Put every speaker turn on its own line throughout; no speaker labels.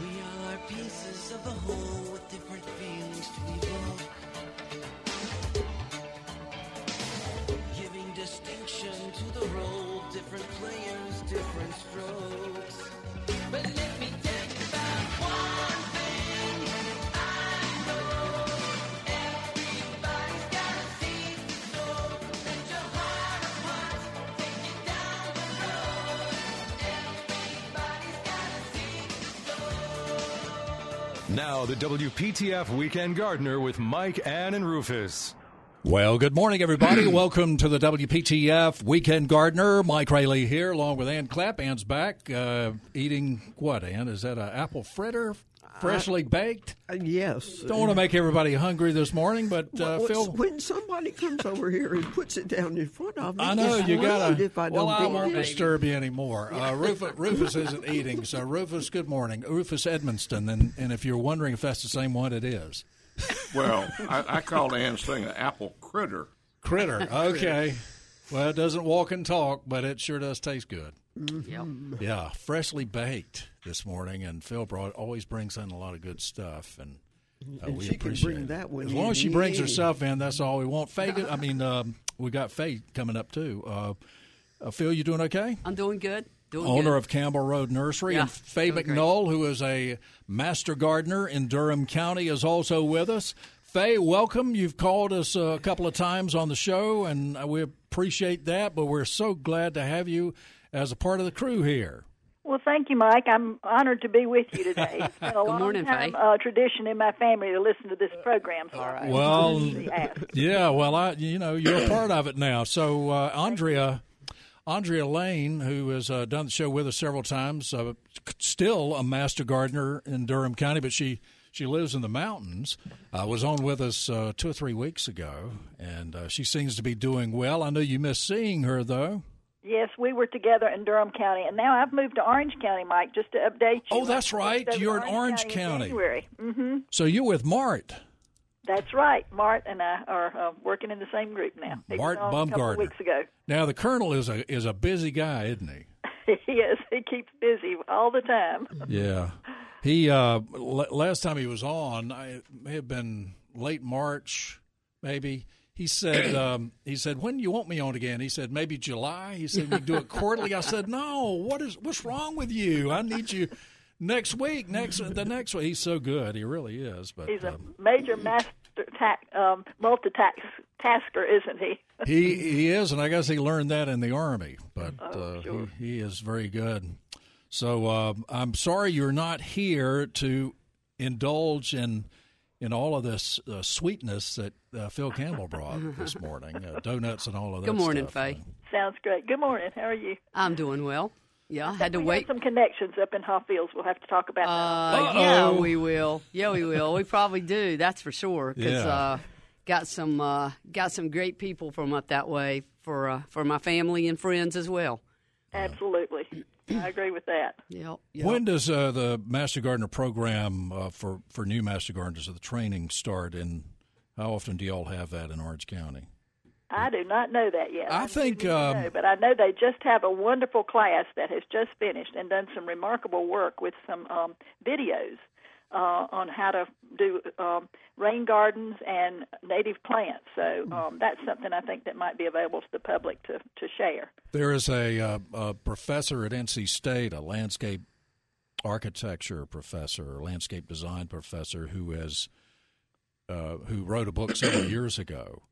We all are pieces of a whole with different feelings to evoke. Giving distinction to the role, different players, different strokes. But let me think about one thing. I know everybody's got a secret soul. Let your heart of hearts take you down below. Everybody's got a secret
Now, the WPTF Weekend Gardener with Mike, Ann, and Rufus.
Well, good morning, everybody. Welcome to the WPTF Weekend Gardener. Mike Rayleigh here, along with Ann Clapp. Ann's back, uh, eating what? Ann, is that an apple fritter, freshly baked?
Uh, Yes.
Don't want to make everybody hungry this morning, but uh,
Well,
Phil,
When somebody comes over here and puts it down in front of me,
I know
it's
you gotta.
rude If I
well,
don't
I
eat
won't
it.
disturb you anymore. Uh, Rufus, Rufus isn't eating, so Rufus, good morning, Rufus Edmonston, and and if you're wondering if that's the same one, it is.
Well, I, I called Ann's thing an apple critter.
Critter. Okay. Well, it doesn't walk and talk, but it sure does taste good. Yeah, freshly baked this morning, and Phil brought always brings in a lot of good stuff, and, uh,
And
we
she can
appreciate
bring
it.
that one
As long as she
in
brings her
any.
stuff in, that's all we want. Faye, I mean, um, we got Faye coming up too. Uh, uh, Phil, you doing okay?
I'm doing good. Doing
Owner
good.
of Campbell Road Nursery,
Yeah,
and Faye
doing great.
McNoll, who is a master gardener in Durham County, is also with us. Faye, welcome. You've called us a couple of times on the show, and we appreciate that, but we're so glad to have you as a part of the crew here.
Well, thank you, Mike. I'm honored to be with you today. It's been a long
morning,
time,
Faye.
uh, tradition in my family to listen to this program. So All right.
Well-
ask.
Yeah, well, I you know you're a part of it now. So uh, Andrea, Andrea Lane, who has uh, done the show with us several times, uh, c- still a master gardener in Durham County, but she she lives in the mountains. Uh, was on with us uh, two or three weeks ago, and uh, she seems to be doing well. I know you miss seeing her though.
yes, we were together in Durham County, and now I've moved to Orange County, Mike, just to update you.
Oh, that's
I
right.
moved over
You're
to
in Orange County.
in January. Mm-hmm.
So you're with Mart.
That's right. Mart and I are uh, working in the same group now. They
Mart
got on a couple
Baumgartner.
of weeks ago.
Now the Colonel is a is a busy guy, isn't he?
yes, he keeps busy all the time.
Yeah. He uh l- last time he was on, I it may have been late March maybe. He said um he said when do you want me on again? He said maybe July. He said we do it quarterly. I said no. What is what's wrong with you? I need you next week, next the next week. He's so good. He really is, but
He's a
um,
major master ta- um, multitask tasker, isn't he?
he he is, and I guess he learned that in the army. But
Oh,
uh,
sure.
he, he is very good. So uh, I'm sorry you're not here to indulge in in all of this uh, sweetness that uh, Phil Campbell brought this morning, uh, donuts and all of that.
Good morning,
stuff.
Faye.
Sounds great. Good morning. How are you?
I'm doing well. Yeah, I had to
we
wait.
Got some connections up in Hawfields. We'll have to talk about that.
Uh, yeah,
Uh-oh.
we will. Yeah, we will. We probably do. That's for sure. 'cause,
Yeah.
uh, got some uh, got some great people from up that way for uh, for my family and friends as well.
Absolutely, I agree with that.
Yep. yep.
When does uh, the Master Gardener program uh, for for new Master Gardeners, the training start, and how often do y'all have that in Orange County?
I do not know that yet.
I
do
think,
need to
um,
know, but I know they just have a wonderful class that has just finished and done some remarkable work with some um, videos uh, on how to do um, rain gardens and native plants. So um, that's something I think that might be available to the public to to share.
There is a, uh, a professor at NC State, a landscape architecture professor, or landscape design professor, who has uh, who wrote a book several years ago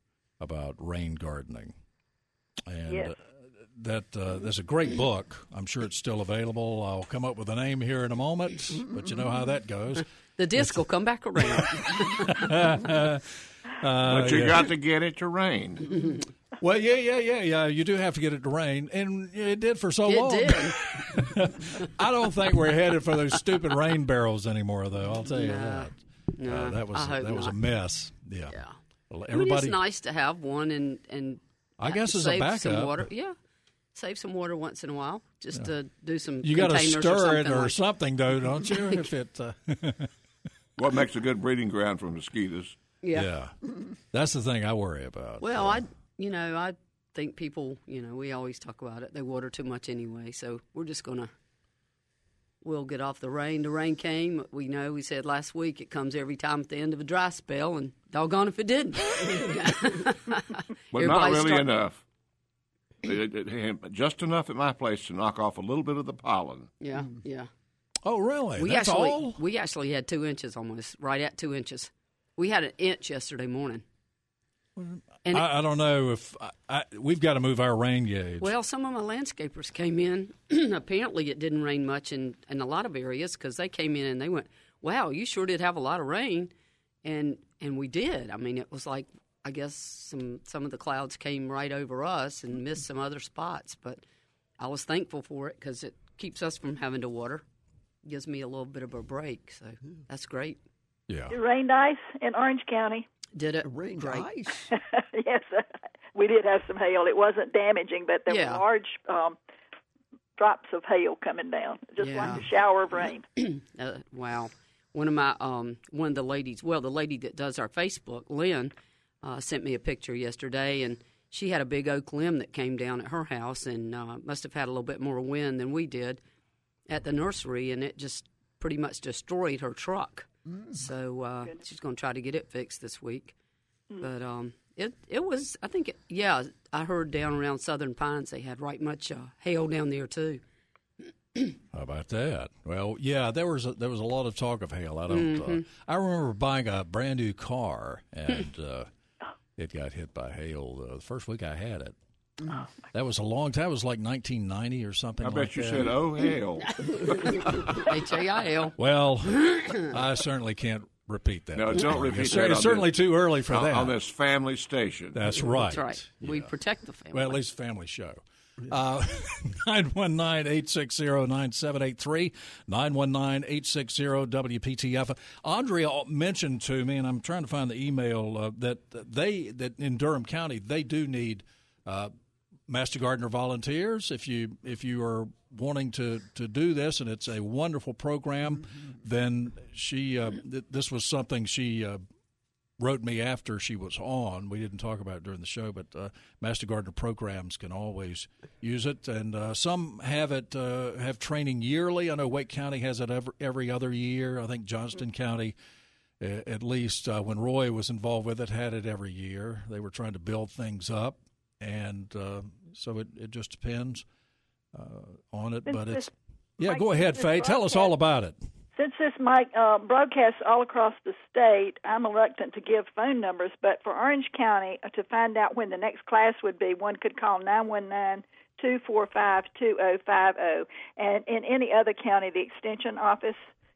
about rain gardening, and
Yes.
uh, that uh, there's a great book. I'm sure it's still available. I'll come up with a name here in a moment, but you know how that goes.
The disc will come back around.
Uh,
but you got to get it to rain.
Well, yeah, yeah, yeah, yeah. You do have to get it to rain, and it did for so
it
long.
did.
I don't think we're headed for those stupid rain barrels anymore, though. I'll tell you that.
No,
Uh, that was
I hope
that was a
not.
mess. Yeah.
Yeah.
Well,
I mean,
everybody.
it's nice to have one and and
I guess as a
save some
backup.
water. Yeah, save some water once in a while just to do some.
You got to
containers or
stir
something
it or
like-
something, though, don't you? if it. Uh,
What makes a good breeding ground for mosquitoes?
Yeah.
yeah. That's the thing I worry about.
Well, I you know I think people you know we always talk about it. They water too much anyway, so we're just gonna. We'll get off the rain. The rain came. We know we said last week it comes every time at the end of a dry spell, and doggone if it didn't.
But not
Everybody's
really
start-
enough. It- it- it- just enough at my place to knock off a little bit of the pollen.
yeah, yeah.
oh, really?
We
That's
actually
all?
we actually had two inches almost, right at two inches. We had an inch yesterday morning. And
I, I don't know if I, I, we've got to move our rain gauge.
well, some of my landscapers came in. Apparently, it didn't rain much in in a lot of areas because they came in and they went, "Wow, you sure did have a lot of rain," and and we did. I mean, it was like I guess some some of the clouds came right over us and missed some other spots, but I was thankful for it because it keeps us from having to water. Gives me a little bit of a break, so that's great.
yeah.
It rained ice in Orange County.
Did it
Rain
great.
ice.
yes, we did have some hail. It wasn't damaging, but there
Yeah.
were large um, drops of hail coming down, just
Yeah.
like a shower of rain.
Uh, wow. One of my um, one of the ladies, well, the lady that does our Facebook, Lynn, uh, sent me a picture yesterday, and she had a big oak limb that came down at her house, and uh, must have had a little bit more wind than we did at the nursery, and it just pretty much destroyed her truck. So uh, she's going to try to get it fixed this week. But um, it it was, I think, it, yeah, I heard down around Southern Pines they had right much uh, hail down there too.
How about that? Well, yeah, there was a, there was a lot of talk of hail. I don't. Uh, I remember buying a brand new car and uh, it got hit by hail uh, the first week I had it. That was a long time. It was like 1990 or something.
I
like
bet you
that.
said, "Oh hell!"
H A I L.
Well, I certainly can't repeat that.
No,
this
don't
morning.
repeat
It's
that
It's
on
certainly
this-
too early for
on,
that.
on this family station.
That's right.
That's right. We protect the family.
Well, at least family show. Uh, 919-860-9783, 919-860-WPTF. Andrea mentioned to me, and I'm trying to find the email, uh, that they, that in Durham County, they do need uh, Master Gardener volunteers. If you, if you are wanting to, to do this, and it's a wonderful program, then she, uh, th- this was something she, uh, wrote me after she was on. We didn't talk about it during the show, but uh, Master Gardener programs can always use it, and uh, some have it uh, have training yearly. I know Wake County has it every, every other year. I think Johnston County, a- at least uh, when Roy was involved with it, had it every year. They were trying to build things up, and uh, so it, it just depends uh, on it. But it's yeah. Go ahead, Faye. Tell us all about it.
Since this mic uh, broadcasts all across the state, I'm reluctant to give phone numbers, but for Orange County, uh, to find out when the next class would be, one could call 919 245 2050. And in any other county, the Extension Office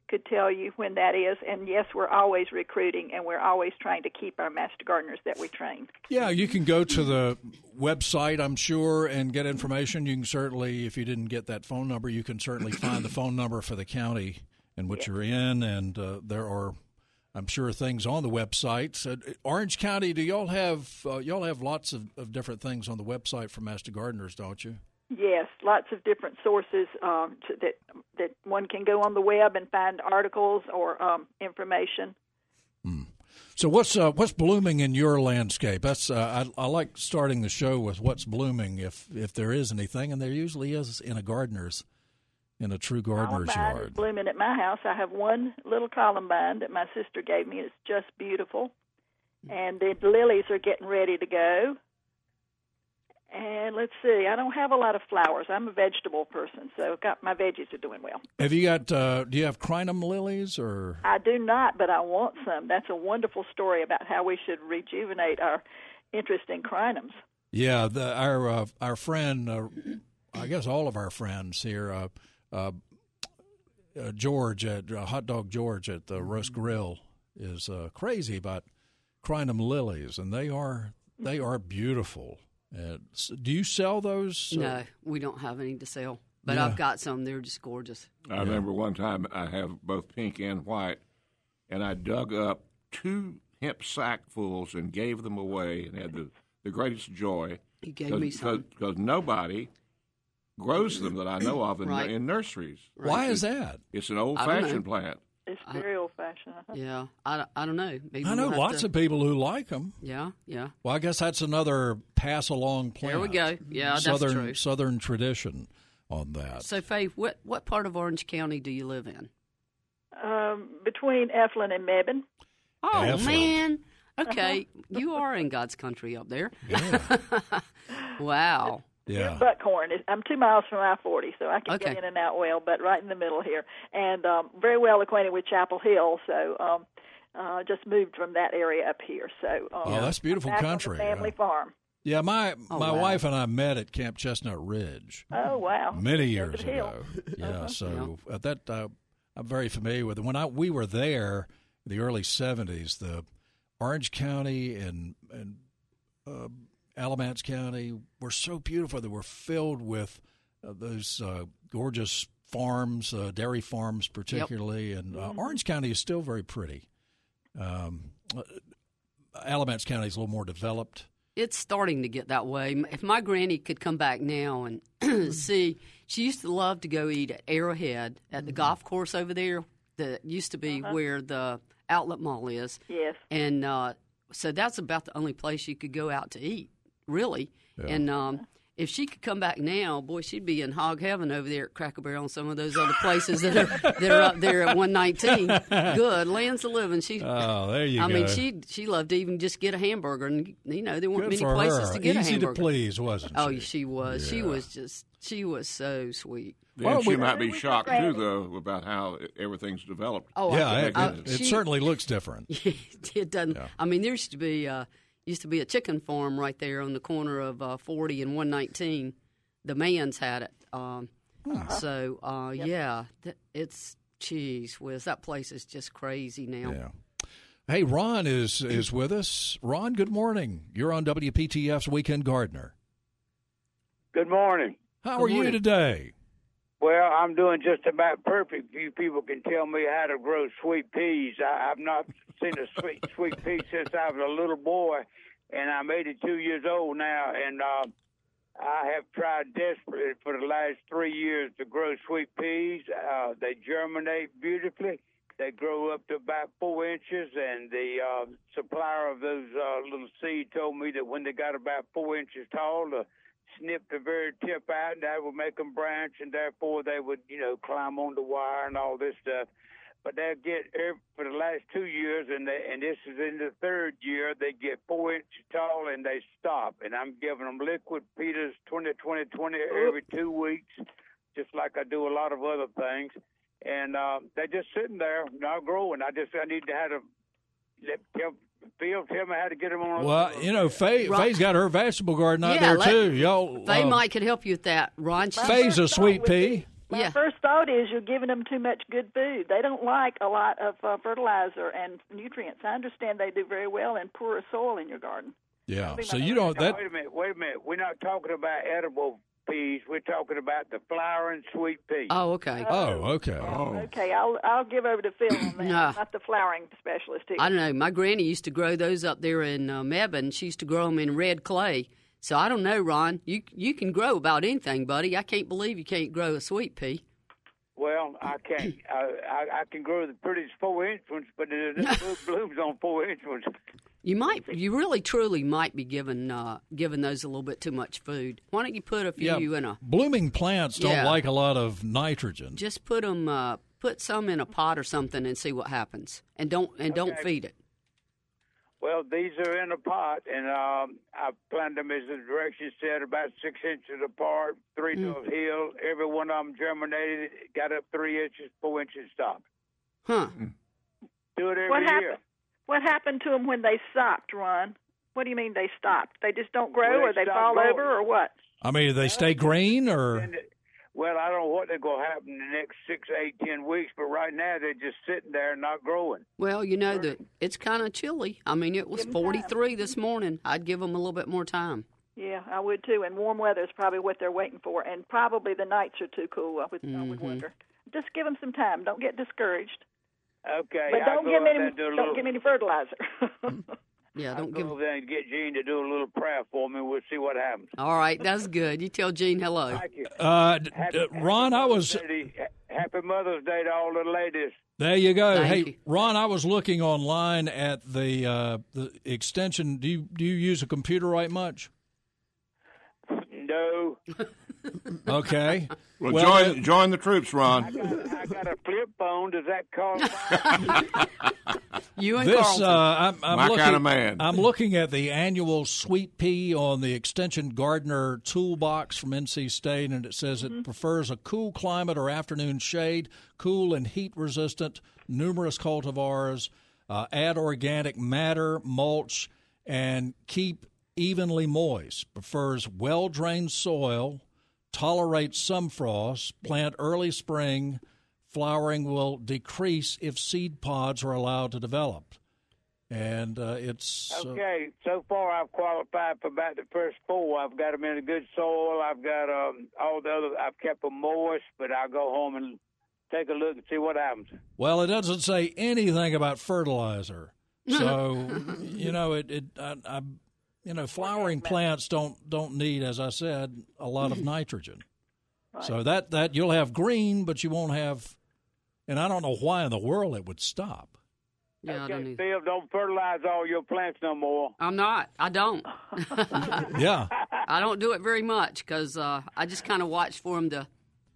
could tell you when that is. And yes, we're always recruiting and we're always trying to keep our master gardeners that we train.
Yeah, you can go to the website, I'm sure, and get information. You can certainly, if you didn't get that phone number, you can certainly find the phone number for the county in which you're in. And uh, there are, I'm sure, things on the website. Uh, Orange County, do y'all have uh, y'all have lots of, of different things on the website for master gardeners, don't you?
Yes, lots of different sources um, to, that that one can go on the web and find articles or um, information.
So what's uh, what's blooming in your landscape? That's uh, I, I like starting the show with what's blooming, if if there is anything, and there usually is in a gardener's, in a true gardener's
Columbine
yard.
is blooming at my house. I have one little columbine that my sister gave me. It's just beautiful. And the lilies are getting ready to go. And let's see, I don't have a lot of flowers. I'm a vegetable person, so I've got my veggies are doing well.
Have you got? Uh, do you have crinum lilies or?
I do not, but I want some. That's a wonderful story about how we should rejuvenate our interest in crinums.
Yeah, the, our uh, our friend, uh, I guess all of our friends here, uh, uh, uh, George at uh, Hot Dog George at the Roast
Mm-hmm.
Grill is uh, crazy about crinum lilies, and they are they are beautiful. Uh, s- do you sell those? uh,
no, we don't have any to sell, but
Yeah.
I've got some. They're just gorgeous.
I remember one time I have both pink and white, and I dug up two hemp sackfuls and gave them away and had the, the greatest joy.
You gave me some.
Because nobody grows them that I know of in,
Right.
in nurseries.
Why is that?
It's an old
I don't
fashioned
know.
plant.
It's very old fashioned.
Yeah, I, I don't know. Maybe
I know
we'll have
lots
to-
of people who like them.
Yeah, yeah.
Well, I guess that's another pass along plant.
There we go. Yeah, that's
southern
true.
southern tradition on that.
So, Faith, what what part of Orange County do you live in?
Um, between Eflin and Mebane.
Oh
Efflin.
man, okay, you are in God's country up there.
yeah.
Wow.
yeah.
Buckhorn. It- I'm two miles from I 40, so I can
Uh. Okay.
get in and out well, but right in the middle here. And um, very well acquainted with Chapel Hill, so um, uh, just moved from that area up here. So um,
Oh, that's beautiful
back on the
country,
family
yeah.
farm.
Yeah, my
Oh,
my
wow.
wife and I met at Camp Chestnut Ridge
Oh, wow.
Hmm. many
Chestnut
years
Hill.
ago. Yeah,
Uh-huh.
so at that uh, I'm very familiar with it. When I we were there in the early '70s, the Orange County and and uh, Alamance County were so beautiful. They were filled with uh, those uh, gorgeous farms, uh, dairy farms particularly, and uh,
Mm-hmm.
Orange County is still very pretty. Um, uh, Alamance County is a little more developed.
It's starting to get that way. M- If my granny could come back now and see, she used to love to go eat at Arrowhead at the golf course over there that used to be where the outlet mall is.
Yes.
and uh, so that's about the only place you could go out to eat, really. And um, if she could come back now, boy, she'd be in hog heaven over there at Cracker Barrel and some of those other places that are that are up there at one nineteen. Good lands of living. She,
Oh, there you
I
go.
mean, she she loved to even just get a hamburger, and you know there weren't
Good
many
for
places
her.
to get
Easy
a hamburger.
to please, wasn't
Oh,
she?
she was. She was just. She was so sweet.
Why
Then
don't
she
we-
might be shocked,
Randy.
too, though, about how e, everything's developed.
Oh, I-
yeah, it,
I-
it-
she-
it certainly looks different.
it doesn't. I mean, there used to be uh, used to be a chicken farm right there on the corner of uh, 40 and 119. The man's had it. Um,
Hmm.
So uh, yeah, th- it's geez whiz. That place is just crazy now.
Yeah. Hey, Ron is is with us. Ron, good morning. You're on WPTF's Weekend Gardener.
Good morning.
How
Good
are you
morning.
today?
Well, I'm doing just about perfect. Few people can tell me how to grow sweet peas. I, I've not seen a sweet sweet pea since I was a little boy, and I'm 82 years old now. And uh, I have tried desperately for the last three years to grow sweet peas. Uh, they germinate beautifully. They grow up to about four inches, and the uh, supplier of those uh, little seed told me that when they got about four inches tall, the snip the very tip out, and that would make them branch, and therefore they would, you know, climb on the wire and all this stuff. But they get every, for the last two years, and they, and this is in the third year, they get four inches tall and they stop. And I'm giving them liquid Peters 20 20 20 every two weeks, just like I do a lot of other things. And uh, they're just sitting there, not growing. I just I need to have to let tell, Phil tell me how to get them on. a-
Well, you know, Faye,
Ron-
Faye's got her vegetable garden out
Yeah,
there
let-
too. Y'all,
They
uh,
might could help you with that, Ron. She-
Faye's a sweet pea.
My
Yeah.
first thought is you're giving them too much good food. They don't like a lot of uh, fertilizer and nutrients. I understand they do very well in poorer soil in your garden.
Yeah.
be my
So you don't
Now,
that.
wait a minute, wait a minute. We're not talking about edible peas. We're talking about the flowering sweet peas.
Oh, okay.
Oh, okay.
Okay, I'll I'll give over to Phil on that.
Nah.
Not the flowering specialist here.
I don't know. My granny used to grow those up there in uh, Mebane. She used to grow them in red clay. So I don't know, Ron. You you can grow about anything, buddy. I can't believe you can't grow a sweet pea.
Well, I can't. I, I I can grow the prettiest four inch ones, but it it blooms on four inch ones.
You might, you really, truly might be giving uh, giving those a little bit too much food. Why don't you put a few
Yeah.
in a
Blooming plants don't
Yeah.
like a lot of nitrogen.
just put them uh, put some in a pot or something and see what happens. And don't and don't feed it.
Well, these are in a pot, and um, I planted them as the directions said, about six inches apart, three to a hill. Every one of them germinated, got up three inches, four inches, stopped.
Huh?
Do it every
what
year.
happened? What happened to them when they stopped, Ron? What do you mean they stopped? They just don't grow,
Well, they
or they
stopped
fall
growing.
over, or what?
I mean, do they stay green or?
Well, I don't know what they're going to happen in the next six, eight, ten weeks, but right now they're just sitting there and not growing.
Well, you know that it's kind of chilly. I mean, it was 43 this morning. I'd give them a little bit more time.
Yeah, I would too. And warm weather is probably what they're waiting for, and probably the nights are too cool. I would, I would wonder. Just give them some time. Don't get discouraged,
Okay,
but
I'll
don't
go
give
up
me
there
any,
and do a
don't
little,
give me any fertilizer.
Yeah,
I'll
don't
go
give.
over there and get Gene to do a little prayer for me. We'll see what happens.
All right, that's good. You tell Gene hello.
Thank you.
Uh, d-
Happy-
d- Ron, I was.
Happy, happy Mother's Day to all the ladies.
There you go.
Thank
hey,
you.
Ron, I was looking online at the uh, the extension. Do you do you use a computer right much?
No,
Okay.
Well,
Well,
join join the troops, Ron.
I got a flip phone. Does that cost?
You and
This
Carlton.
uh, I'm, I'm
My
looking,
kinda man.
I'm looking at the annual sweet pea on the Extension Gardener Toolbox from NC State, and it says
Mm-hmm.
it prefers a cool climate or afternoon shade, cool and heat resistant, numerous cultivars, uh, add organic matter, mulch, and keep evenly moist. Prefers well drained soil, tolerates some frost, plant early spring. Flowering will decrease if seed pods are allowed to develop. And uh, it's. uh,
Okay, so far I've qualified for about the first four. I've got them in a good soil. I've got um, all the other. I've kept them moist, but I'll go home and take a look and see what happens.
Well, it doesn't say anything about fertilizer, so you know it. it I, I, you know, flowering plants don't don't need, as I said, a lot of nitrogen. So that that you'll have green, but you won't have. And I don't know why in the world it would stop.
yeah, I
okay,
don't either.
Phil, don't fertilize all your plants no more.
I'm not. I don't.
Yeah.
I don't do it very much because uh, I just kind of watch for them to.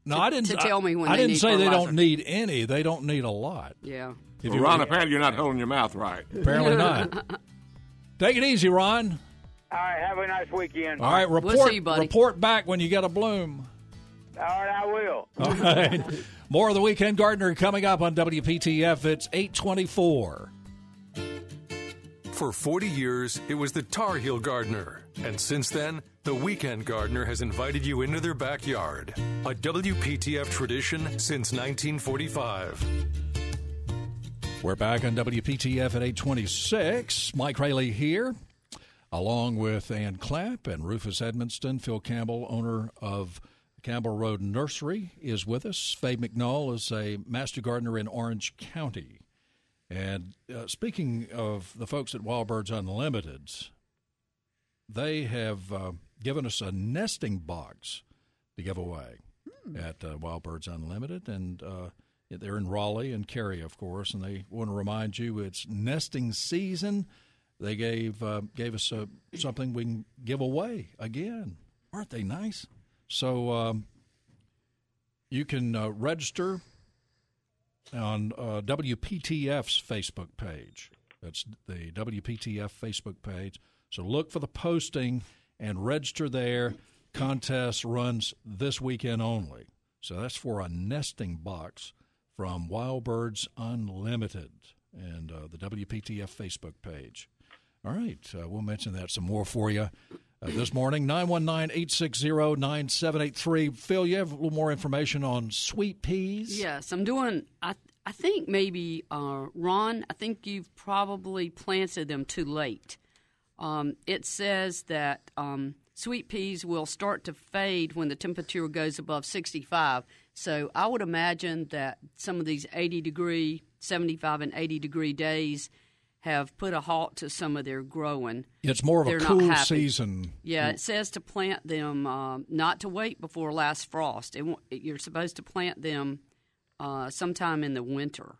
No, I didn't.
to tell me when
I, I
they
didn't
need
say they
fertilizer.
don't need any. They don't need a lot.
Yeah.
If
Well,
you-
Ron, apparently you're not holding your mouth right.
apparently not. Take it easy, Ron.
All right, have a nice weekend.
All right, report.
see you, buddy.
Report back when you get a bloom.
All right, I will.
All right. More of the Weekend Gardener coming up on WPTF. It's 824.
For 40 years, it was the Tar Heel Gardener. And since then, the Weekend Gardener has invited you into their backyard. A WPTF tradition since 1945.
We're back on WPTF at 826. Mike Rayleigh here, along with Ann Clapp and Rufus Edmonston. Phil Campbell, owner of Campbell Road Nursery, is with us. Faye McNall is a master gardener in Orange County. And uh, speaking of the folks at Wild Birds Unlimited, they have uh, given us a nesting box to give away at uh, Wild Birds Unlimited, and uh, they're in Raleigh and Cary, of course. And they want to remind you it's nesting season. They gave uh, gave us uh something we can give away again. Aren't they nice? So um, you can uh, register on uh, WPTF's Facebook page. That's the WPTF Facebook page. So look for the posting and register there. Contest runs this weekend only. So that's for a nesting box from Wild Birds Unlimited and uh, the WPTF Facebook page. All right, uh, we'll mention that some more for you uh, this morning. 919 860 9783. Phil, you have a little more information on sweet peas?
Yes, I'm doing. I I think maybe uh, Ron. I think you've probably planted them too late. Um, it says that um, sweet peas will start to fade when the temperature goes above 65. So I would imagine that some of these 80 degree, 75 and 80 degree days have put a halt to some of their growing.
It's more of
They're
a
not
cool
happy.
season.
Yeah, it says to plant them, uh, not to wait before last frost. It, won't- you're supposed to plant them uh, sometime in the winter.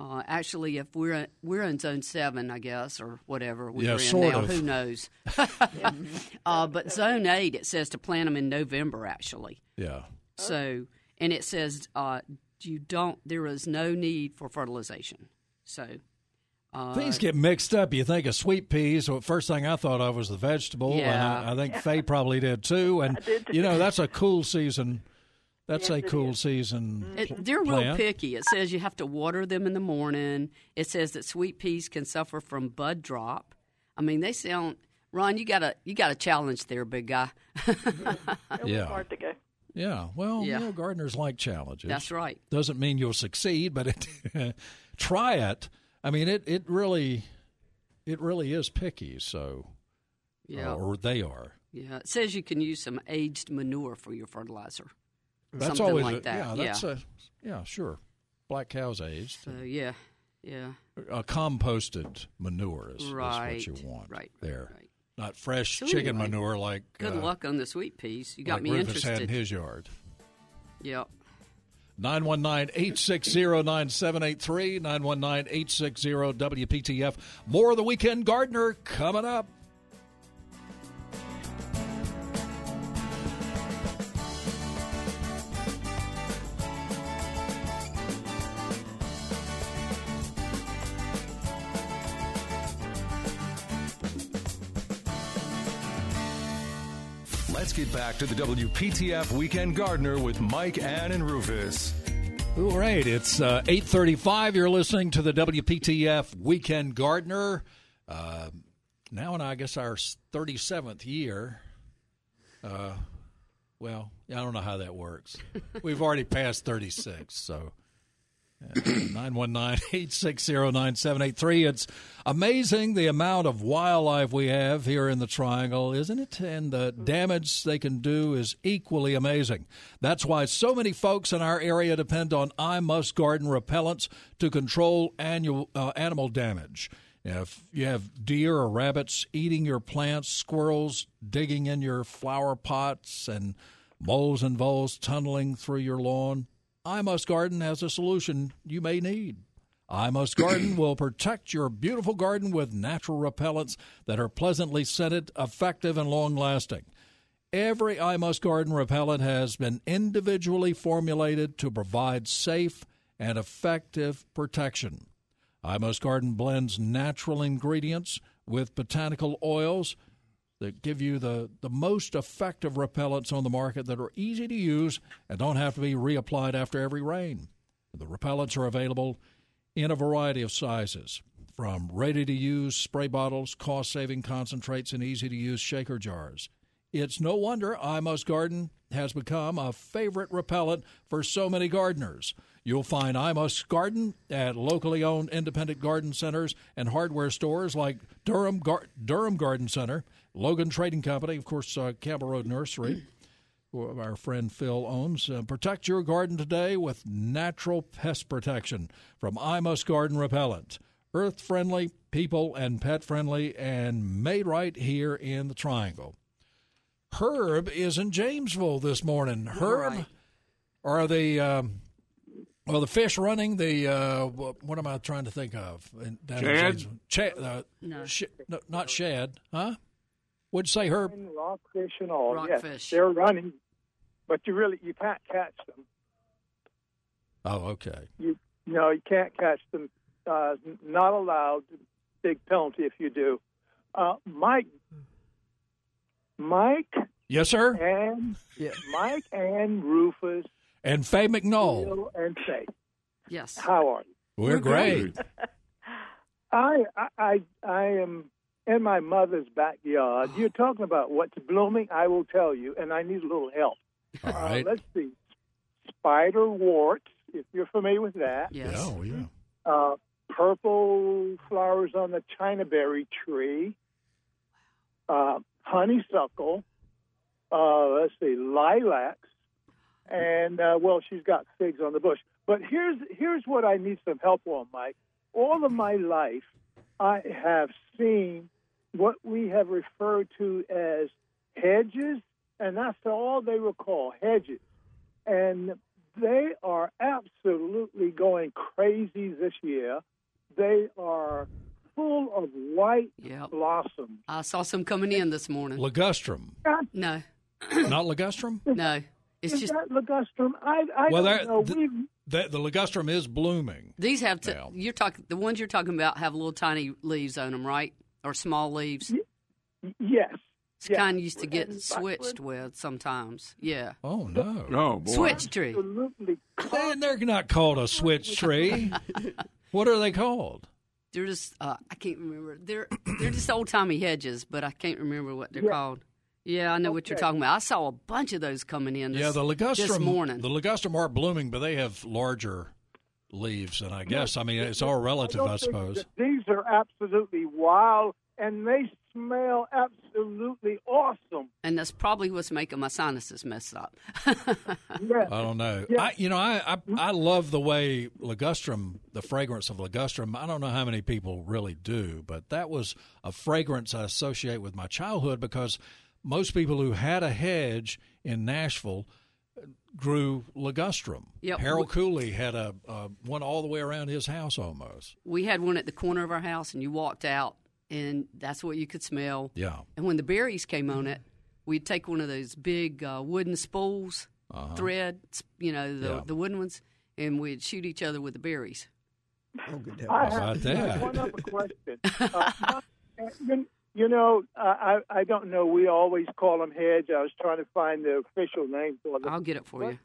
Uh, actually, if we're in, we're in zone seven, I guess, or whatever we're
Yeah,
in
sort
now,
of.
who knows? uh, but zone eight, it says to plant them in November, actually.
Yeah.
So, and it says uh, you don't. There is no need for fertilization. So, uh,
Things get mixed up. You think of sweet peas. So first thing I thought of was the vegetable, and
Yeah.
I, I think Faye probably did too. And you know, that's a cool season. That's a cool season. pl-
Mm-hmm. It, they're real
plant.
picky. It says you have to water them in the morning. It says that sweet peas can suffer from bud drop. I mean, they sound. Ron, you got a you got a challenge there, big guy.
It was
Yeah.
hard to go.
Yeah. Well,
Yeah.
you know, gardeners like challenges.
That's right.
Doesn't mean you'll succeed, but it, try it. I mean, it, it really, it really is picky. So,
Yeah,
or they are.
yeah. It says you can use some aged manure for your fertilizer.
That's
Something
always
like
a,
that,
Yeah. That's
yeah.
a yeah. Sure. Black cows aged,
So yeah, yeah.
uh, composted manure is, is
right.
what you want.
Right
there,
Right.
not fresh
So
chicken
anyway,
manure like
Good
uh,
luck on the sweet peas. You got
like
me
Rufus had in
interested.
his yard.
yeah.
919-860-9783, 919-860-WPTF. More of the Weekend Gardener coming up.
Let's get back to the WPTF Weekend Gardener with Mike, Ann, and Rufus.
All right, it's uh, 835. You're listening to the WPTF Weekend Gardener. Uh, now in, I guess, our 37th year. Uh, well, I don't know how that works. We've already passed 36, so... 919-860-9783. It's amazing the amount of wildlife we have here in the Triangle, isn't it? And the damage they can do is equally amazing. That's why so many folks in our area depend on I Must Garden repellents to control annual uh, animal damage. If you have deer or rabbits eating your plants, squirrels digging in your flower pots, and moles and voles tunneling through your lawn, iMust Garden has a solution you may need. iMust Garden will protect your beautiful garden with natural repellents that are pleasantly scented, effective, and long lasting. Every iMust Garden repellent has been individually formulated to provide safe and effective protection. iMust Garden blends natural ingredients with botanical oils that give you the, the most effective repellents on the market that are easy to use and don't have to be reapplied after every rain. The repellents are available in a variety of sizes, from ready to use spray bottles, cost saving concentrates, and easy to use shaker jars. It's no wonder iMust Garden has become a favorite repellent for so many gardeners. You'll find iMust Garden at locally owned independent garden centers and hardware stores like Durham, Gar- Durham Garden Center, Logan Trading Company, of course, uh, Campbell Road Nursery who our friend Phil owns. Uh, protect your garden today with natural pest protection from iMust Garden Repellent. Earth friendly, people and pet friendly, and made right here in the Triangle. Herb is in Jamesville this morning. Herb, are the um, well the fish running the uh, wh- what am I trying to think of? in- down in
Shad?
Jamesville? Cha- uh, sh- no, not shad, huh? Would say Herb?
rockfish and all.
Rockfish.
Oh, Yes, they're running, but you really you can't catch them.
Oh, okay.
You you know you can't catch them. Uh, n- not allowed. Big penalty if you do. Uh, Mike, Mike,
Yes, sir.
and
Yeah.
Mike and Rufus,
And Faye McNoll.
Bill and Faye.
Yes.
How are you?
We're great.
I I I, I am. In my mother's backyard, you're talking about what's blooming. I will tell you, and I need a little help.
All right.
Uh, let's see. Spider warts, if you're familiar with that.
Yes.
Yeah, oh, yeah.
Uh, purple flowers on the chinaberry tree. Uh, honeysuckle. Uh, let's see, lilacs. And, uh, well, she's got figs on the bush. But here's, here's what I need some help on, Mike. All of my life, I have seen what we have referred to as hedges, and that's all they were called hedges. And they are absolutely going crazy this year. They are full of white
Yep.
blossoms.
I saw some coming in this morning.
Ligustrum.
No,
Not ligustrum?
no. It's
Is
just
that ligustrum? I, I
Well,
don't
that-
know.
th-
We've-
The, the ligustrum is blooming.
these have to.
Well.
You're talking the ones you're talking about have little tiny leaves on them, right? Or small leaves.
yes.
It's
yes.
kind used to get
And
switched with sometimes. Yeah.
Oh, no.
Oh, boy.
Switch tree.
Absolutely.
And they're not called a switch tree. what are they called?
They're just uh, I can't remember. They're they're just old timey hedges, but I can't remember what they're
Yeah.
called. Yeah, I know what you're talking about. I saw a bunch of those coming in. This,
yeah, the ligustrum.
this morning.
The ligustrum are blooming, but they have larger leaves, and I guess I mean it's all relative, I,
don't think
suppose.
that These are absolutely wild, and they smell absolutely awesome.
and that's probably what's making my sinuses messed up.
Yes.
I don't know.
Yeah.
I you know I, I I love the way ligustrum, the fragrance of ligustrum. I don't know how many people really do, but that was a fragrance I associate with my childhood because most people who had a hedge in Nashville uh, grew ligustrum.
Yep.
Harold Cooley had a, a one all the way around his house almost.
we had one at the corner of our house, and you walked out, and that's what you could smell.
Yeah.
And when the berries came on it, we'd take one of those big uh, wooden spools, thread, s- you know, the,
Uh-huh. Yeah.
the wooden ones, and we'd shoot each other with the berries.
Oh, good
I
heavens.
How about
have
that?
one other question. Uh, my- you- you know, I, I I don't know. We always call them hedge. I was trying to find the official name for them.
I'll get it for
What?
you.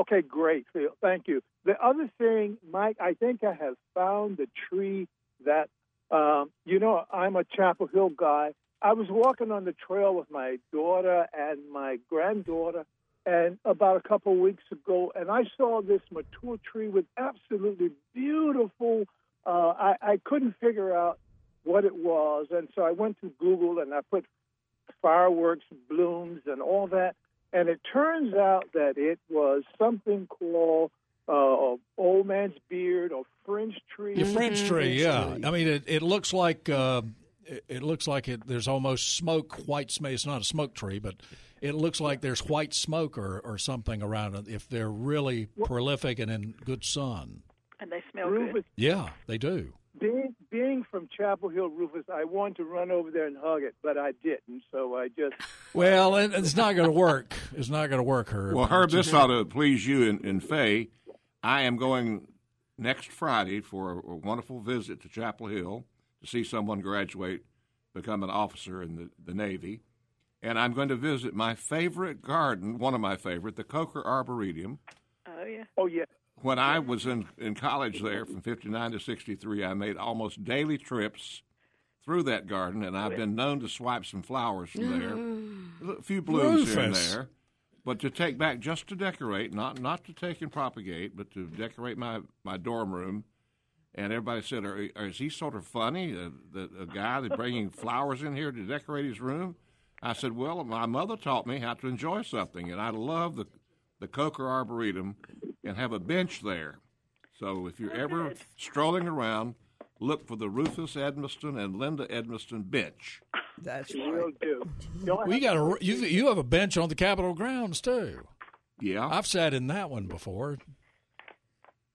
Okay, great, Phil. Thank you. The other thing, Mike, I think I have found the tree that, um, you know, I'm a Chapel Hill guy. I was walking on the trail with my daughter and my granddaughter, and about a couple of weeks ago, and I saw this mature tree with absolutely beautiful. Uh, I, I couldn't figure out what it was, and so I went to Google and I put fireworks, blooms, and all that. And it turns out that it was something called uh, Old Man's Beard or Fringe Tree.
Mm-hmm.
Your French tree,
French
yeah.
tree.
I mean, it, it looks like uh, it, it looks like it. There's almost smoke, white smoke. It's not a smoke tree, but it looks like there's white smoke or, or something around it if they're really prolific and in good sun.
and they smell good.
Rufus,
Yeah, they do.
being, being from Chapel Hill, Rufus, I wanted to run over there and hug it, but I didn't. So I just
Well, it, it's not going to work. It's not going to work, Herb.
Well, Herb, this ought to please you and, and Faye. I am going next Friday for a, a wonderful visit to Chapel Hill to see someone graduate, become an officer in the, the Navy. And I'm going to visit my favorite garden, one of my favorite, the Coker Arboretum.
Oh yeah.
oh yeah,
When I was in, in college there from 59 to 63, I made almost daily trips through that garden, and I've been known to swipe some flowers from there. A few blooms here and
Rufus.
there. But to take back just to decorate, not not to take and propagate, but to decorate my, my dorm room. And everybody said, are, are- is he sort of funny, a, the, a guy that's bringing flowers in here to decorate his room? I said, well, my mother taught me how to enjoy something, and I love the, the Coker Arboretum and have a bench there. So if you're ever strolling around, look for the Rufus Edmiston and Linda Edmiston bench.
That's
we'll
right.
do. Y'all
We
have-
got a you. You have a bench on the Capitol grounds too.
Yeah.
I've sat in that one before.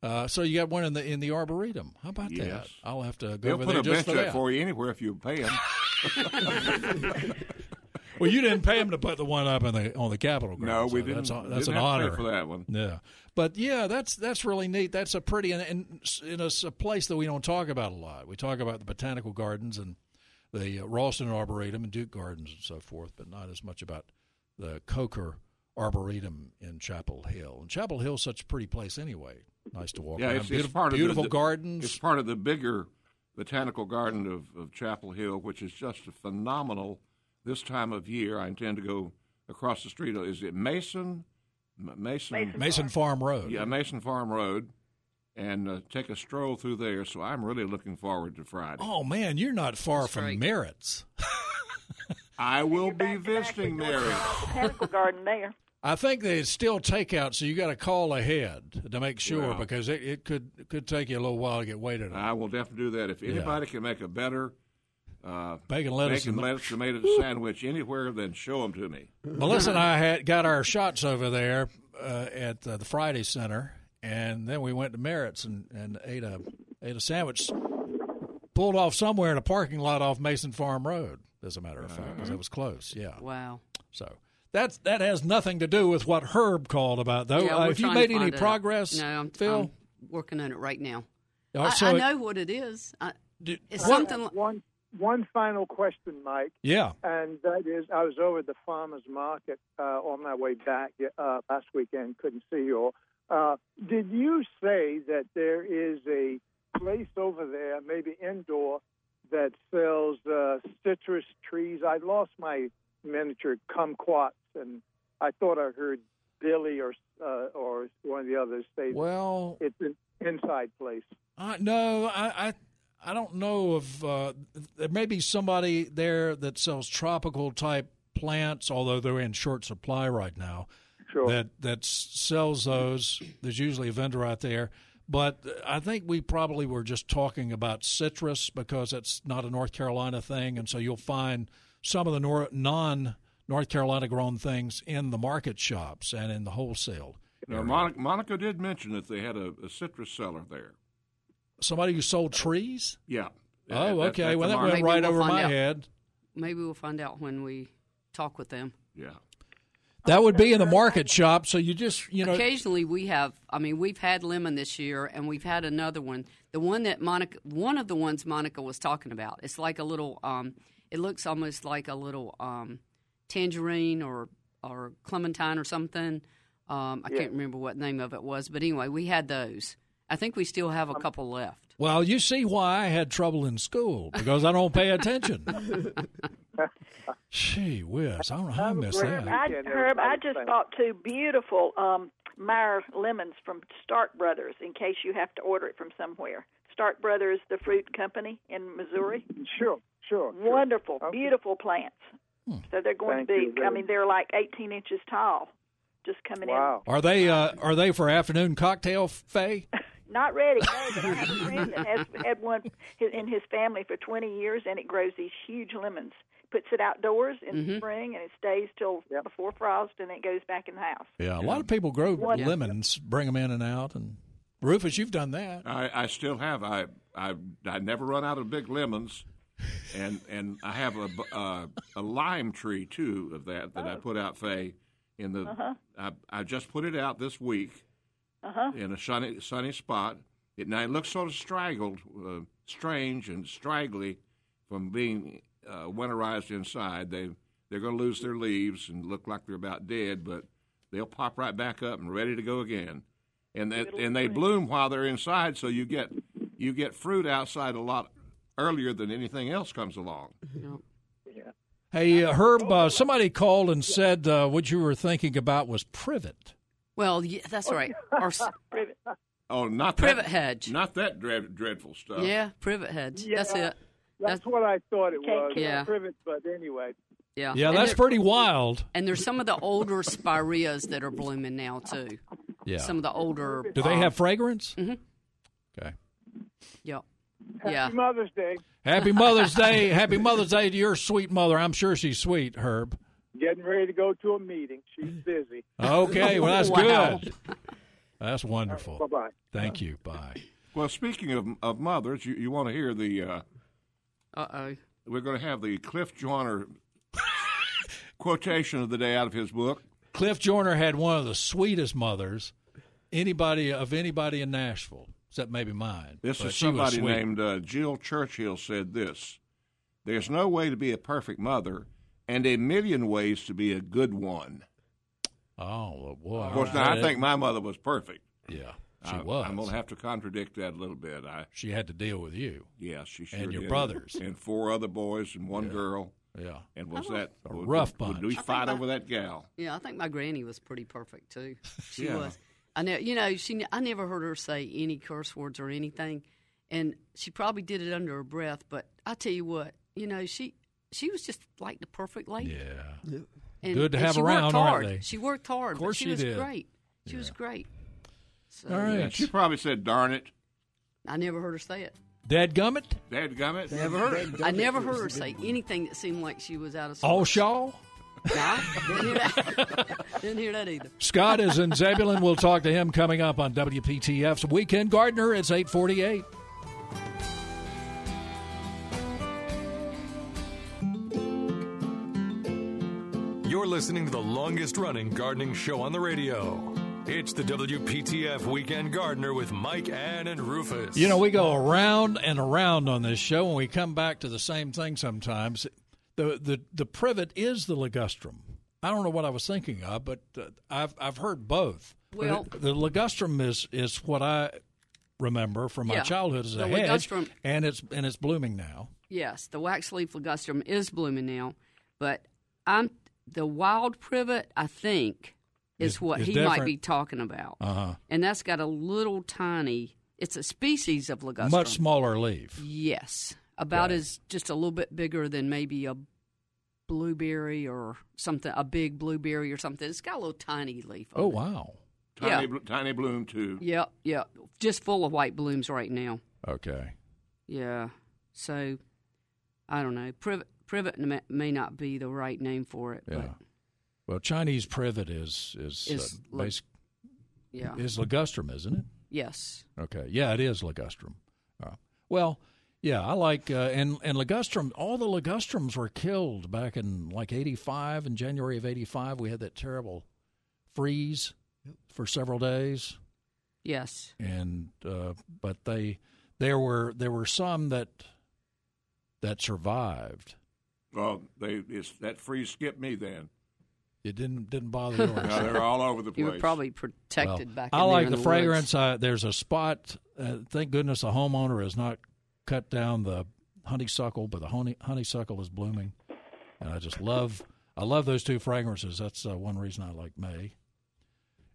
Uh, so you got one in the in the arboretum. How about that?
Yes.
I'll have to go
They'll
over
put
there
a
just Oh,
bench
for
up
that.
for you anywhere if you pay them.
Well, you didn't pay him to put the one up on the on the Capitol grounds.
No, we
so
didn't.
That's, a- that's
didn't
an
have to
honor
pay for that one.
Yeah, but yeah, that's that's really neat. That's a pretty and, and s- in a, s- a place that we don't talk about a lot. We talk about the botanical gardens and the uh, Ralston Arboretum and Duke Gardens and so forth, but not as much about the Coker Arboretum in Chapel Hill. And Chapel Hill's such a pretty place anyway. Nice to walk
Yeah,
around.
it's,
beautiful
it's part of
beautiful
the, the-
gardens.
It's part of the bigger botanical garden of, of Chapel Hill, which is just a phenomenal. This time of year, I intend to go across the street. Is it Mason? M- Mason.
Mason.
Mason Farm Road.
Yeah, Mason Farm Road, and uh, take a stroll through there. So I'm really looking forward to Friday.
Oh man, you're not far
That's
from
right.
Merritt's.
I will be
Back to back,
visiting
we go to
Mary.
the Botanical garden there.
I think they still take out, so you got to call ahead to make sure
Wow.
because it, it could it could take you a little while to get waited on.
I will definitely do that. If anybody can make a better uh,
Bacon, lettuce,
bacon,
and
lettuce, tomato sandwich anywhere, then show them to me.
Melissa and I had got our shots over there uh, at uh, the Friday Center, and then we went to Merritt's and, and ate a ate a sandwich. Pulled off somewhere in a parking lot off Mason Farm Road, as a matter of fact, because it was close. Yeah,
Wow.
so that's that has nothing to do with what Herb called about, though.
yeah,
Uh,
we're
if you
trying to
made any
find it out.
progress,
no, I'm,
Phil,
I'm working on it right now.
Oh,
I,
so
I
it-
know what it is. I,
did-
it's
what-
something. Like,
one one final question, Mike.
Yeah,
and that is I was over at the farmers market uh, on my way back uh, last weekend. Couldn't see you all. Uh, did you say that there is a place over there, maybe indoor, that sells uh, citrus trees. I lost my miniature kumquats, and I thought I heard Billy or uh, or one of the others say
Well,
it's an inside place.
I, no, I, I I don't know if uh, there may be somebody there that sells tropical type plants, although they're in short supply right now.
Sure.
That that s- sells those. There's usually a vendor out there, but I think we probably were just talking about citrus because it's not a North Carolina thing, and so you'll find some of the nor- non North Carolina grown things in the market shops and in the wholesale.
Now, Monica, Monica did mention that they had a, a citrus seller there.
Somebody who sold trees.
Yeah.
Oh,
At- at-
okay.
at
well,
the
that went
market.
Maybe
right
we'll
over
find
my
out.
head.
Maybe we'll find out when we talk with them.
Yeah.
That would be in the market shop. So you just, you know,
Occasionally, we have. I mean, we've had lemon this year, and we've had another one. The one that Monica, one of the ones Monica was talking about. It's like a little. Um, it looks almost like a little um, tangerine or or clementine or something. Um, I can't remember what name of it was, but anyway, we had those. I think we still have a couple left.
well, you see why I had trouble in school because I don't pay attention. Gee whiz, I don't know how I missed
Herb,
that.
I,
Weekend,
Herb, I
everybody's
just
saying.
bought two beautiful um, Meyer lemons from Stark Brothers in case you have to order it from somewhere. Stark Brothers, the fruit company in Missouri.
Sure, sure. sure.
Wonderful,
Mm-hmm. Okay.
beautiful plants. So they're going
Thank
to
you
be,
very
I mean, they're like 18 inches tall, just coming
Wow.
Are they uh, are they for afternoon cocktail, Faye?
in. Not ready, no, but I have a friend that has had one in his family for 20 years, and it grows these huge lemons. Puts it outdoors in the spring, and it stays till
Yep.
before frost, and it goes back in the house.
Yeah, a lot of people grow
Wonderful.
lemons, bring them in and out. And Rufus, you've done that.
I, I still have. I, I I never run out of big lemons, and and I have a bu- uh, a lime tree too of that that I put out, Faye. In the I, I just put it out this week in a sunny sunny spot. It now it looks sort of straggled, uh, strange and straggly from being uh, winterized inside. They they're going to lose their leaves and look like they're about dead, but they'll pop right back up and ready to go again and they, and they bloom while they're inside. So you get you get fruit outside a lot earlier than anything else comes along.
Hey, uh, Herb, uh, somebody called and said uh, what you were thinking about was privet.
Well, yeah, that's right. Or, s-
Oh, not
Privet
that,
hedge.
not that dread, dreadful stuff.
yeah, privet hedge. That's
Yeah.
it.
That's,
That's-
what I thought it was.
Yeah.
Privet, but anyway.
Yeah.
Yeah,
And
that's
there-
pretty wild.
And there's some of the older spireas that are blooming now too.
Yeah.
Some of the older.
Do they
um,
have fragrance?
mhm.
Okay.
Yeah.
Happy
Yeah.
Mother's Day.
Happy Mother's Day. Happy Mother's Day to your sweet mother. I'm sure she's sweet, Herb.
Getting ready to go to a meeting. She's busy.
Okay, well that's
Wow.
good. That's
Bye
wonderful.
bye.
Thank you. Bye.
Well, speaking of of mothers, you, you want to hear the uh,
Uh oh.
we're going to have the Cliff Joyner quotation of the day out of his book.
Cliff Joyner had one of the sweetest mothers anybody of anybody in Nashville, except maybe mine.
This
But
is
she was
somebody
sweet.
named uh, Jill Churchill said this. There's no way to be a perfect mother, and a million ways to be a good one.
Oh well, boy.
Of course, now I think my mother was perfect.
yeah, she
I,
was.
I'm going to have to contradict that a little bit. I
she had to deal with you.
yeah, she sure
And your
did.
brothers.
and four other boys and one girl.
Yeah.
And was that
A
would-
rough
would-
bunch.
Would we
I
fight
my-
over that gal?
Yeah, I think my granny was pretty perfect too. She
Yeah.
was. I know. You know, she. ne- I never heard her say any curse words or anything, and she probably did it under her breath. But I tell you what, you know, she she was just like the perfect lady.
Yeah.
And,
Good to
and
have
she
around,
worked
aren't
hard.
they?
She worked hard.
Of course
but she,
she
was
did.
great. She was great. So,
All right.
Yeah, she probably said, "Darn it,
I never heard her say it.
Dad Gummit?
dadgummit." Never heard it.
I never heard her say anything that seemed like she was out of sorts.
Allshaw?
No, didn't hear that. didn't hear that either.
Scott is in Zebulon. We'll talk to him coming up on WPTF's Weekend Gardener. It's 848.
You're listening to the longest running gardening show on the radio. It's the WPTF Weekend Gardener with Mike, Ann, and Rufus.
You know, we go around and around on this show, and we come back to the same thing sometimes. The the the privet is the ligustrum. I don't know what I was thinking of, but uh, I've I've heard both. But
Well-
the, the ligustrum is is what I remember from my
Yeah.
childhood is
The
a hedge,
ligustrum-
and it's and it's blooming now.
Yes, the wax leaf ligustrum is blooming now, but I'm the wild privet. I think is
Is-
what
is
he might
different.
be talking about,
Uh huh.
and that's got a little tiny. It's a species of ligustrum.
Much smaller leaf.
Yes, about
Right.
as just a little bit bigger than maybe a blueberry or something, a big blueberry or something. It's got a little tiny leaf. on
Oh
it.
wow.
Tiny,
Yeah.
blo- tiny bloom too.
Yep, yep. Just full of white blooms right now.
Okay.
Yeah. So, I don't know. Privet, privet n- may not be the right name for it.
Yeah.
But
Well, Chinese privet is is,
Is
uh,
lig-
basic,
yeah.
is ligustrum, isn't it?
yes.
Okay. Yeah, it is ligustrum. Uh, well, yeah, I like uh, and and ligustrum. All the ligustrums were killed back in like '85. In January of '85, we had that terrible freeze for several days,
Yes.
and uh, but they there were there were some that that survived.
Well, they it's, that freeze skipped me then.
It didn't didn't bother yours.
Now they're all over the place.
You were probably
Well,
protected back.
I
in there
like
in
the,
woods.
fragrance. I, there's a spot. Uh, thank goodness the homeowner has not cut down the honeysuckle, but the honey, honeysuckle is blooming, and I just love. I love those two fragrances. That's uh, one reason I like May.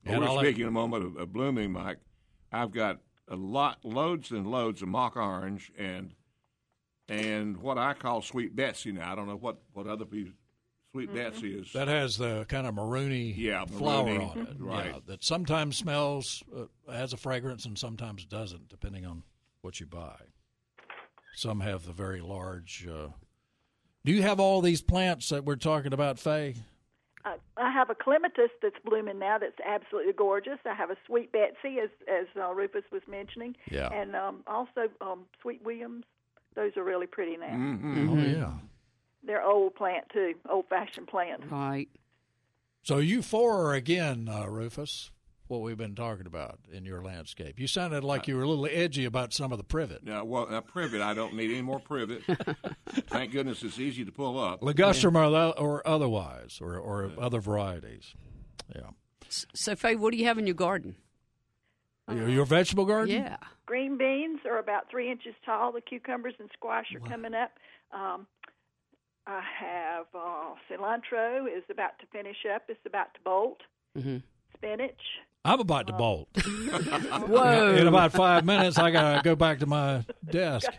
Well,
I
we're
like-
speaking a moment of, of blooming, Mike. I've got a lot, loads and loads of mock orange and and what I call sweet Betsy. Now I don't know what what other people sweet Betsy is.
That has the kind of maroony Mm-hmm.
Yeah,
flower
maroony,
on it,
right.
yeah, that sometimes smells uh, has a fragrance and sometimes doesn't, depending on what you buy. Some have the very large. Uh, do you have all these plants that we're talking about, Faye?
I I have a clematis that's blooming now that's absolutely gorgeous. I have a sweet Betsy, as as uh, Rufus was mentioning,
Yeah.
and um, also um, sweet Williams. Those are really pretty now.
Mm-hmm.
Mhm.
Oh yeah.
They're old plant too, old fashioned plants.
Right.
So you four are again, uh, Rufus. What we've been talking about in your landscape. You sounded like you were a little edgy about some of the privet.
Now, well, now privet. I don't need any more privet. Thank goodness it's easy to pull up.
Ligustrum or, tho- or otherwise, or, or other varieties. Yeah.
S- So, Faye, what do you have in your garden?
Your, your vegetable garden?
Uh-huh. Yeah.
Green beans are about three inches tall. The cucumbers and squash are coming up. Um, I have uh, cilantro is about to finish up. It's about to bolt.
Mhm.
Spinach.
I'm about to bolt.
Uh-huh. Whoa.
In about five minutes, I got to go back to my desk.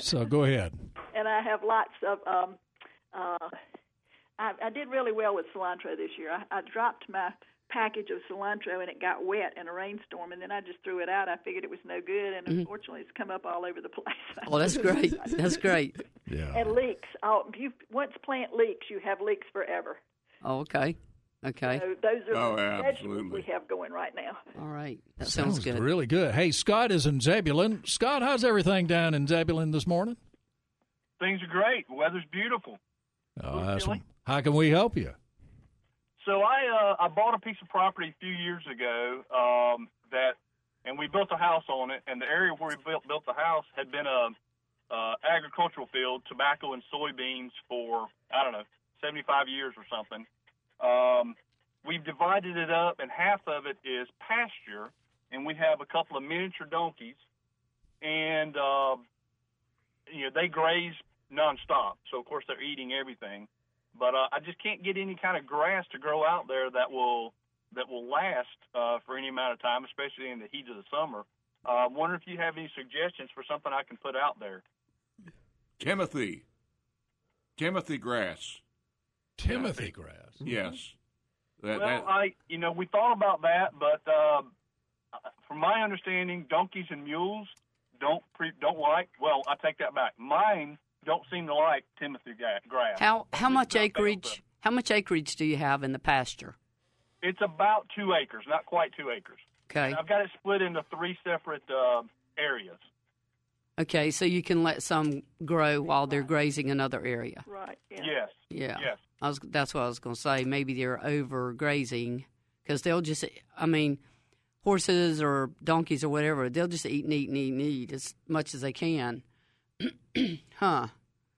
So go ahead.
and I have lots of. Um, uh, I, I did really well with cilantro this year. I, I dropped my package of cilantro and it got wet in a rainstorm, and then I just threw it out. I figured it was no good, and unfortunately, it's come up all over the place.
Oh, Mm-hmm. that's great. That's great.
Yeah.
and
Uh-huh.
leaks. Oh, you, once plant leaks, you have leaks forever.
Oh, okay. Okay.
So those are
Oh,
the vegetables
absolutely.
we have going right now.
All right. That sounds, good.
really good. Hey, Scott is in Zebulon. Scott, how's everything down in Zebulon this morning?
Things are great. Weather's beautiful.
Oh, awesome. How can we help you?
So I uh, I bought a piece of property a few years ago um, that, and we built a house on it. And the area where we built built the house had been a uh, agricultural field, tobacco and soybeans for I don't know 75 years or something. Um, we've divided it up, and half of it is pasture, and we have a couple of miniature donkeys, and uh, you know they graze nonstop. So of course they're eating everything but uh, I just can't get any kind of grass to grow out there that will that will last uh, for any amount of time, especially in the heat of the summer. Uh, I wonder if you have any suggestions for something I can put out there.
Timothy, Timothy grass.
Timothy grass.
Yes. That,
well,
that-
I you know we thought about that, but uh, from my understanding, donkeys and mules don't pre- don't like. Well, I take that back. Mine don't seem to like Timothy ga- grass.
How how much
Not bad,
acreage? How much acreage do you have in the pasture?
but It's about two acres, not quite two acres.
Okay.
And I've got it split into three separate uh, areas.
Okay, so you can let some grow while they're grazing another area.
Right. Yeah.
Yes.
Yeah.
Yes.
I was, that's what I was going to say. Maybe they're overgrazing because they'll just, I mean, horses or donkeys or whatever, they'll just eat and eat and eat and eat as much as they can. huh.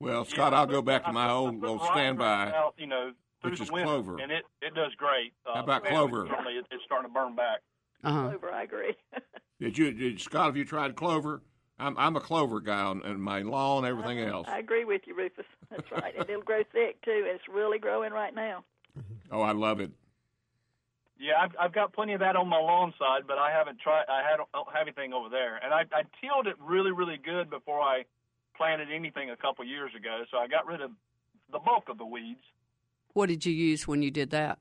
well, Scott, I'll go back to my old old standby.
Out, you know, through
which
the
is
winter,
clover.
and it, it does great. Uh,
How about
but
clover?
Certainly, it, it's starting to burn back.
Uh huh.
Clover, I agree.
Did you, did, Scott? Have you tried clover? I'm I'm a clover guy on, on my lawn, and everything else.
I agree with you, Rufus. That's right. and it'll grow thick too. And it's really growing right now.
Oh, I love it.
Yeah, I've, I've got plenty of that on my lawn side, but I haven't tried. I had, don't have anything over there, and I, I tilled it really, really good before I planted anything a couple years ago. So I got rid of the bulk of the weeds.
What did you use when you did that?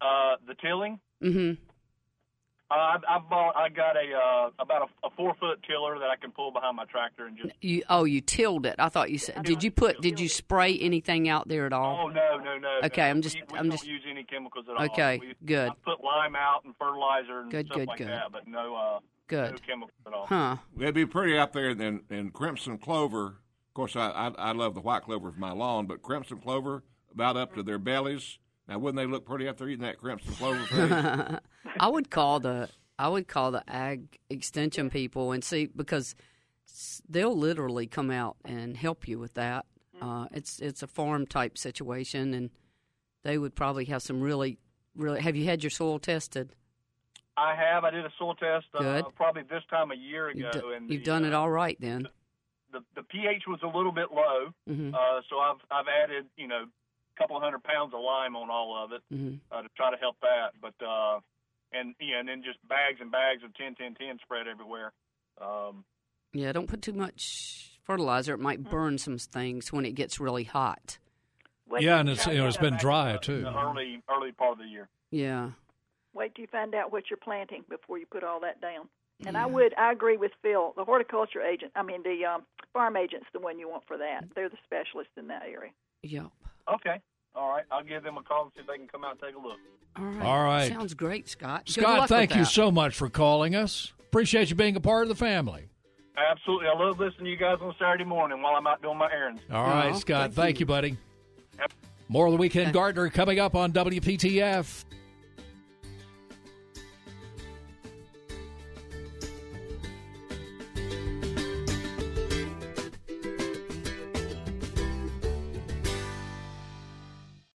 Uh, the tilling,
Mm-hmm.
uh, I, I bought. I got a uh, about a, a four foot tiller that I can pull behind my tractor and just.
You oh, you tilled it. I thought you said. Did you put? Did you spray anything out there at all?
Oh no, no, no.
Okay,
no.
I'm just-
We, we
I'm
don't
just-
use any chemicals at all.
Okay,
We-
good.
I put lime out and fertilizer and
Good,
stuff
good,
like
good.
that, but no, uh, no
Good.
chemicals at all.
Huh.
They'd be pretty up there than than crimson clover. Of course, I, I I love the white clover of my lawn, but crimson clover about up to their bellies. Now, wouldn't they look pretty up there eating that crimson clover? Thing?
I would call the I would call the ag extension people and see because s- they'll literally come out and help you with that.
Mm-hmm.
Uh, it's it's a farm type situation, and they would probably have some really really. Have you had your soil tested?
I have. I did a soil test uh,
Good.
probably this time a year ago,
You've, do-
and
you've
the,
done
uh,
it all right then.
the the pH was a little bit low,
Mhm.
uh, so I've I've added you know a couple hundred pounds of lime on all of it
Mhm.
uh, to try to help that. But uh, and yeah, and then just bags and bags of 10, 10, 10 spread everywhere. Um,
Yeah, don't put too much fertilizer. It
Mm-hmm.
might burn some things when it gets really hot.
Wait
Yeah,
till
and
you
it's
find
you know it's
out-
been dry too.
uh, the early early part of the year.
Yeah.
Wait till you find out what you're planting before you put all that down. And I would, I agree with Phil. The horticulture agent, I mean the um, farm agent's the one you want for that. They're the specialists in that area.
Yep.
Okay, all right, I'll give them a call and see if they can come out and take a look.
All right.
All right.
Sounds great, Scott. Good luck
Scott,
with
thank you
that.
so much for calling us. Appreciate you being a part of the family.
Absolutely, I love listening to you guys on Saturday morning while I'm out doing my errands.
All right,
Aw,
Scott.
thank
Thank you,
you.
buddy. More of the Weekend Gardener coming up on WPTF.